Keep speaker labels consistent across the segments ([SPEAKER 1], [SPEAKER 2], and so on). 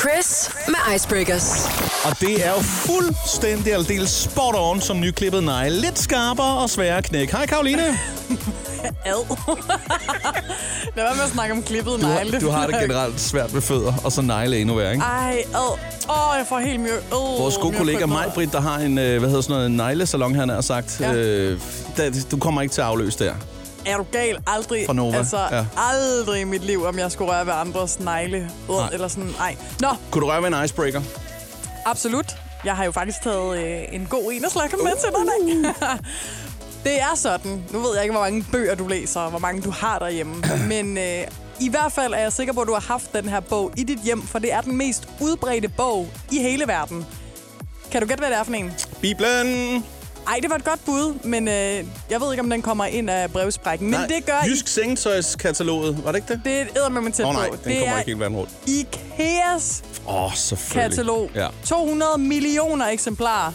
[SPEAKER 1] Chris med Icebreakers.
[SPEAKER 2] Og det er jo fuldstændig aldeles spot on som nyklippet negle. Lidt skarpere og sværere knæk. Hej Karoline.
[SPEAKER 3] Ad. Lad være med at snakke om klippet
[SPEAKER 2] Du
[SPEAKER 3] negle.
[SPEAKER 2] har, du har det generelt svært med fødder, og så negle endnu værre, ikke?
[SPEAKER 3] Ej, ad. Åh, jeg får helt mye. Øh,
[SPEAKER 2] Vores gode kollega Majbrit, der har en, øh, hvad hedder sådan noget, en neglesalon, han har sagt,
[SPEAKER 3] Ja.
[SPEAKER 2] øh, da- du kommer ikke til at afløse der.
[SPEAKER 3] Er du gal? Aldrig.
[SPEAKER 2] Fra Nova,
[SPEAKER 3] Altså,
[SPEAKER 2] ja.
[SPEAKER 3] aldrig i mit liv, om jeg skulle røre ved andres negle.
[SPEAKER 2] Nej.
[SPEAKER 3] Øh, eller sådan, nej. Nå,
[SPEAKER 2] Kunne du røre ved en icebreaker?
[SPEAKER 3] Absolut. Jeg har jo faktisk taget øh, en god en at slakke med til dig. i dag. det er sådan. Nu ved jeg ikke, hvor mange bøger du læser, og hvor mange du har derhjemme. Men øh, i hvert fald er jeg sikker på, at du har haft den her bog i dit hjem, for det er den mest udbredte bog i hele verden. Kan du gætte, hvad det er for en?
[SPEAKER 2] Bibelen!
[SPEAKER 3] Ej, det var et godt bud, men øh, jeg ved ikke, om den kommer ind af brevsprækken. Men det gør
[SPEAKER 2] Jysk sengetøjskataloget, var det ikke det?
[SPEAKER 3] Det er et med tæt
[SPEAKER 2] Åh oh, nej,
[SPEAKER 3] på.
[SPEAKER 2] den
[SPEAKER 3] det
[SPEAKER 2] kommer
[SPEAKER 3] er
[SPEAKER 2] ikke helt verden rundt.
[SPEAKER 3] Ikeas
[SPEAKER 2] Åh, oh, selvfølgelig.
[SPEAKER 3] katalog.
[SPEAKER 2] Ja.
[SPEAKER 3] 200 millioner eksemplarer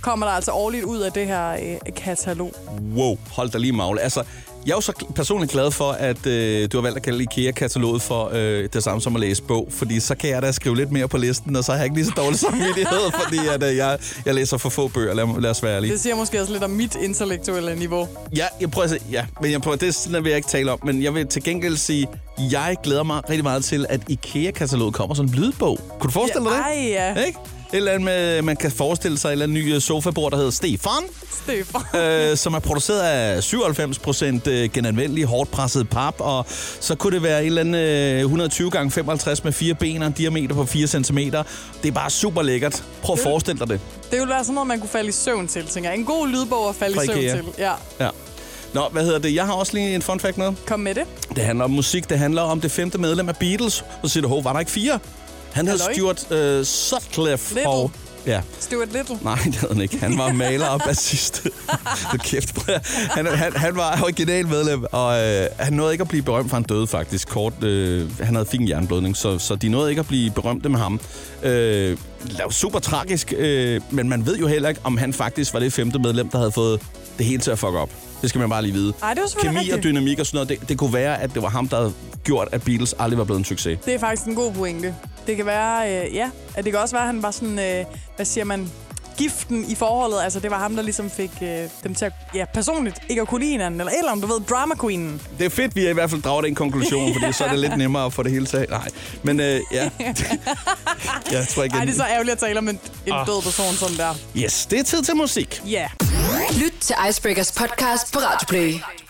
[SPEAKER 3] kommer der altså årligt ud af det her øh, katalog.
[SPEAKER 2] Wow, hold da lige magle. Altså, jeg er jo så gl- personligt glad for, at øh, du har valgt at kalde IKEA-kataloget for øh, det samme som at læse bog, fordi så kan jeg da skrive lidt mere på listen, og så har jeg ikke lige så dårlig samvittighed, fordi at, øh, jeg, jeg læser for få bøger, lad, lad os være ærlige.
[SPEAKER 3] Det siger måske også lidt om mit intellektuelle niveau.
[SPEAKER 2] Ja, jeg prøver at sige, ja, men jeg prøver, det sådan, vil jeg ikke tale om, men jeg vil til gengæld sige, jeg glæder mig rigtig meget til, at IKEA-kataloget kommer som en lydbog. Kunne du forestille dig det?
[SPEAKER 3] Ej, ja.
[SPEAKER 2] Ikke? Et eller andet med, man kan forestille sig et eller andet ny øh, sofabord, der hedder Stefan,
[SPEAKER 3] Stefan.
[SPEAKER 2] øh, som er produceret af 97 procent øh, genanvendelig, hårdt presset pap, og så kunne det være et eller andet øh, 120 gange 55 med fire ben og en diameter på 4 cm. Det er bare super lækkert. Prøv
[SPEAKER 3] Mm.
[SPEAKER 2] at forestille dig det.
[SPEAKER 3] Det ville være sådan noget, man kunne falde i søvn til, tænker jeg. En god lydbog at falde
[SPEAKER 2] Fra
[SPEAKER 3] i søvn
[SPEAKER 2] Ikea.
[SPEAKER 3] til. Ja,
[SPEAKER 2] Ja. Nå, hvad hedder det? Jeg har også lige en fun fact med.
[SPEAKER 3] kom med det.
[SPEAKER 2] Det handler om musik. Det handler om det femte medlem af Beatles. Og så siger du, hov, var der ikke fire? Han hed
[SPEAKER 3] Halløj.
[SPEAKER 2] Stuart øh, Sutcliffe.
[SPEAKER 3] Little.
[SPEAKER 2] Og, ja.
[SPEAKER 3] Stuart Little.
[SPEAKER 2] Nej, det hed han ikke. Han var maler og bassist. Hold kæft. prøv at- Han, han, han var original medlem, og øh, han nåede ikke at blive berømt, for han døde faktisk kort. Øh, han havde fik en jernblødning, så, så de nåede ikke at blive berømte med ham. Øh, det var super tragisk, øh, men man ved jo heller ikke, om han faktisk var det femte medlem, der havde fået det hele til at fuck op. Det skal man bare lige vide.
[SPEAKER 3] Ej, det var
[SPEAKER 2] Kemi
[SPEAKER 3] selvfølgelig
[SPEAKER 2] og
[SPEAKER 3] rigtigt.
[SPEAKER 2] dynamik og sådan noget, det, det kunne være, at det var ham, der havde gjort, at Beatles aldrig var blevet en succes.
[SPEAKER 3] Det er faktisk en god pointe. Det kan være, øh, ja, at det kan også være, at han var sådan, øh, hvad siger man, giften i forholdet. Altså, det var ham, der ligesom fik øh, dem til at, ja, personligt ikke at kunne lide hinanden. Eller, eller om du ved, drama queenen.
[SPEAKER 2] Det er fedt, vi i hvert fald drager den konklusion, fordi så er det lidt nemmere at få det hele til. Nej, men øh, ja. jeg tror ikke,
[SPEAKER 3] Ej, det er så
[SPEAKER 2] jeg...
[SPEAKER 3] ærgerligt at tale om en, en oh. død person sådan der.
[SPEAKER 2] Yes, det er tid til musik.
[SPEAKER 3] Ja. Yeah.
[SPEAKER 1] Lyt til Icebreakers podcast på Radio Play.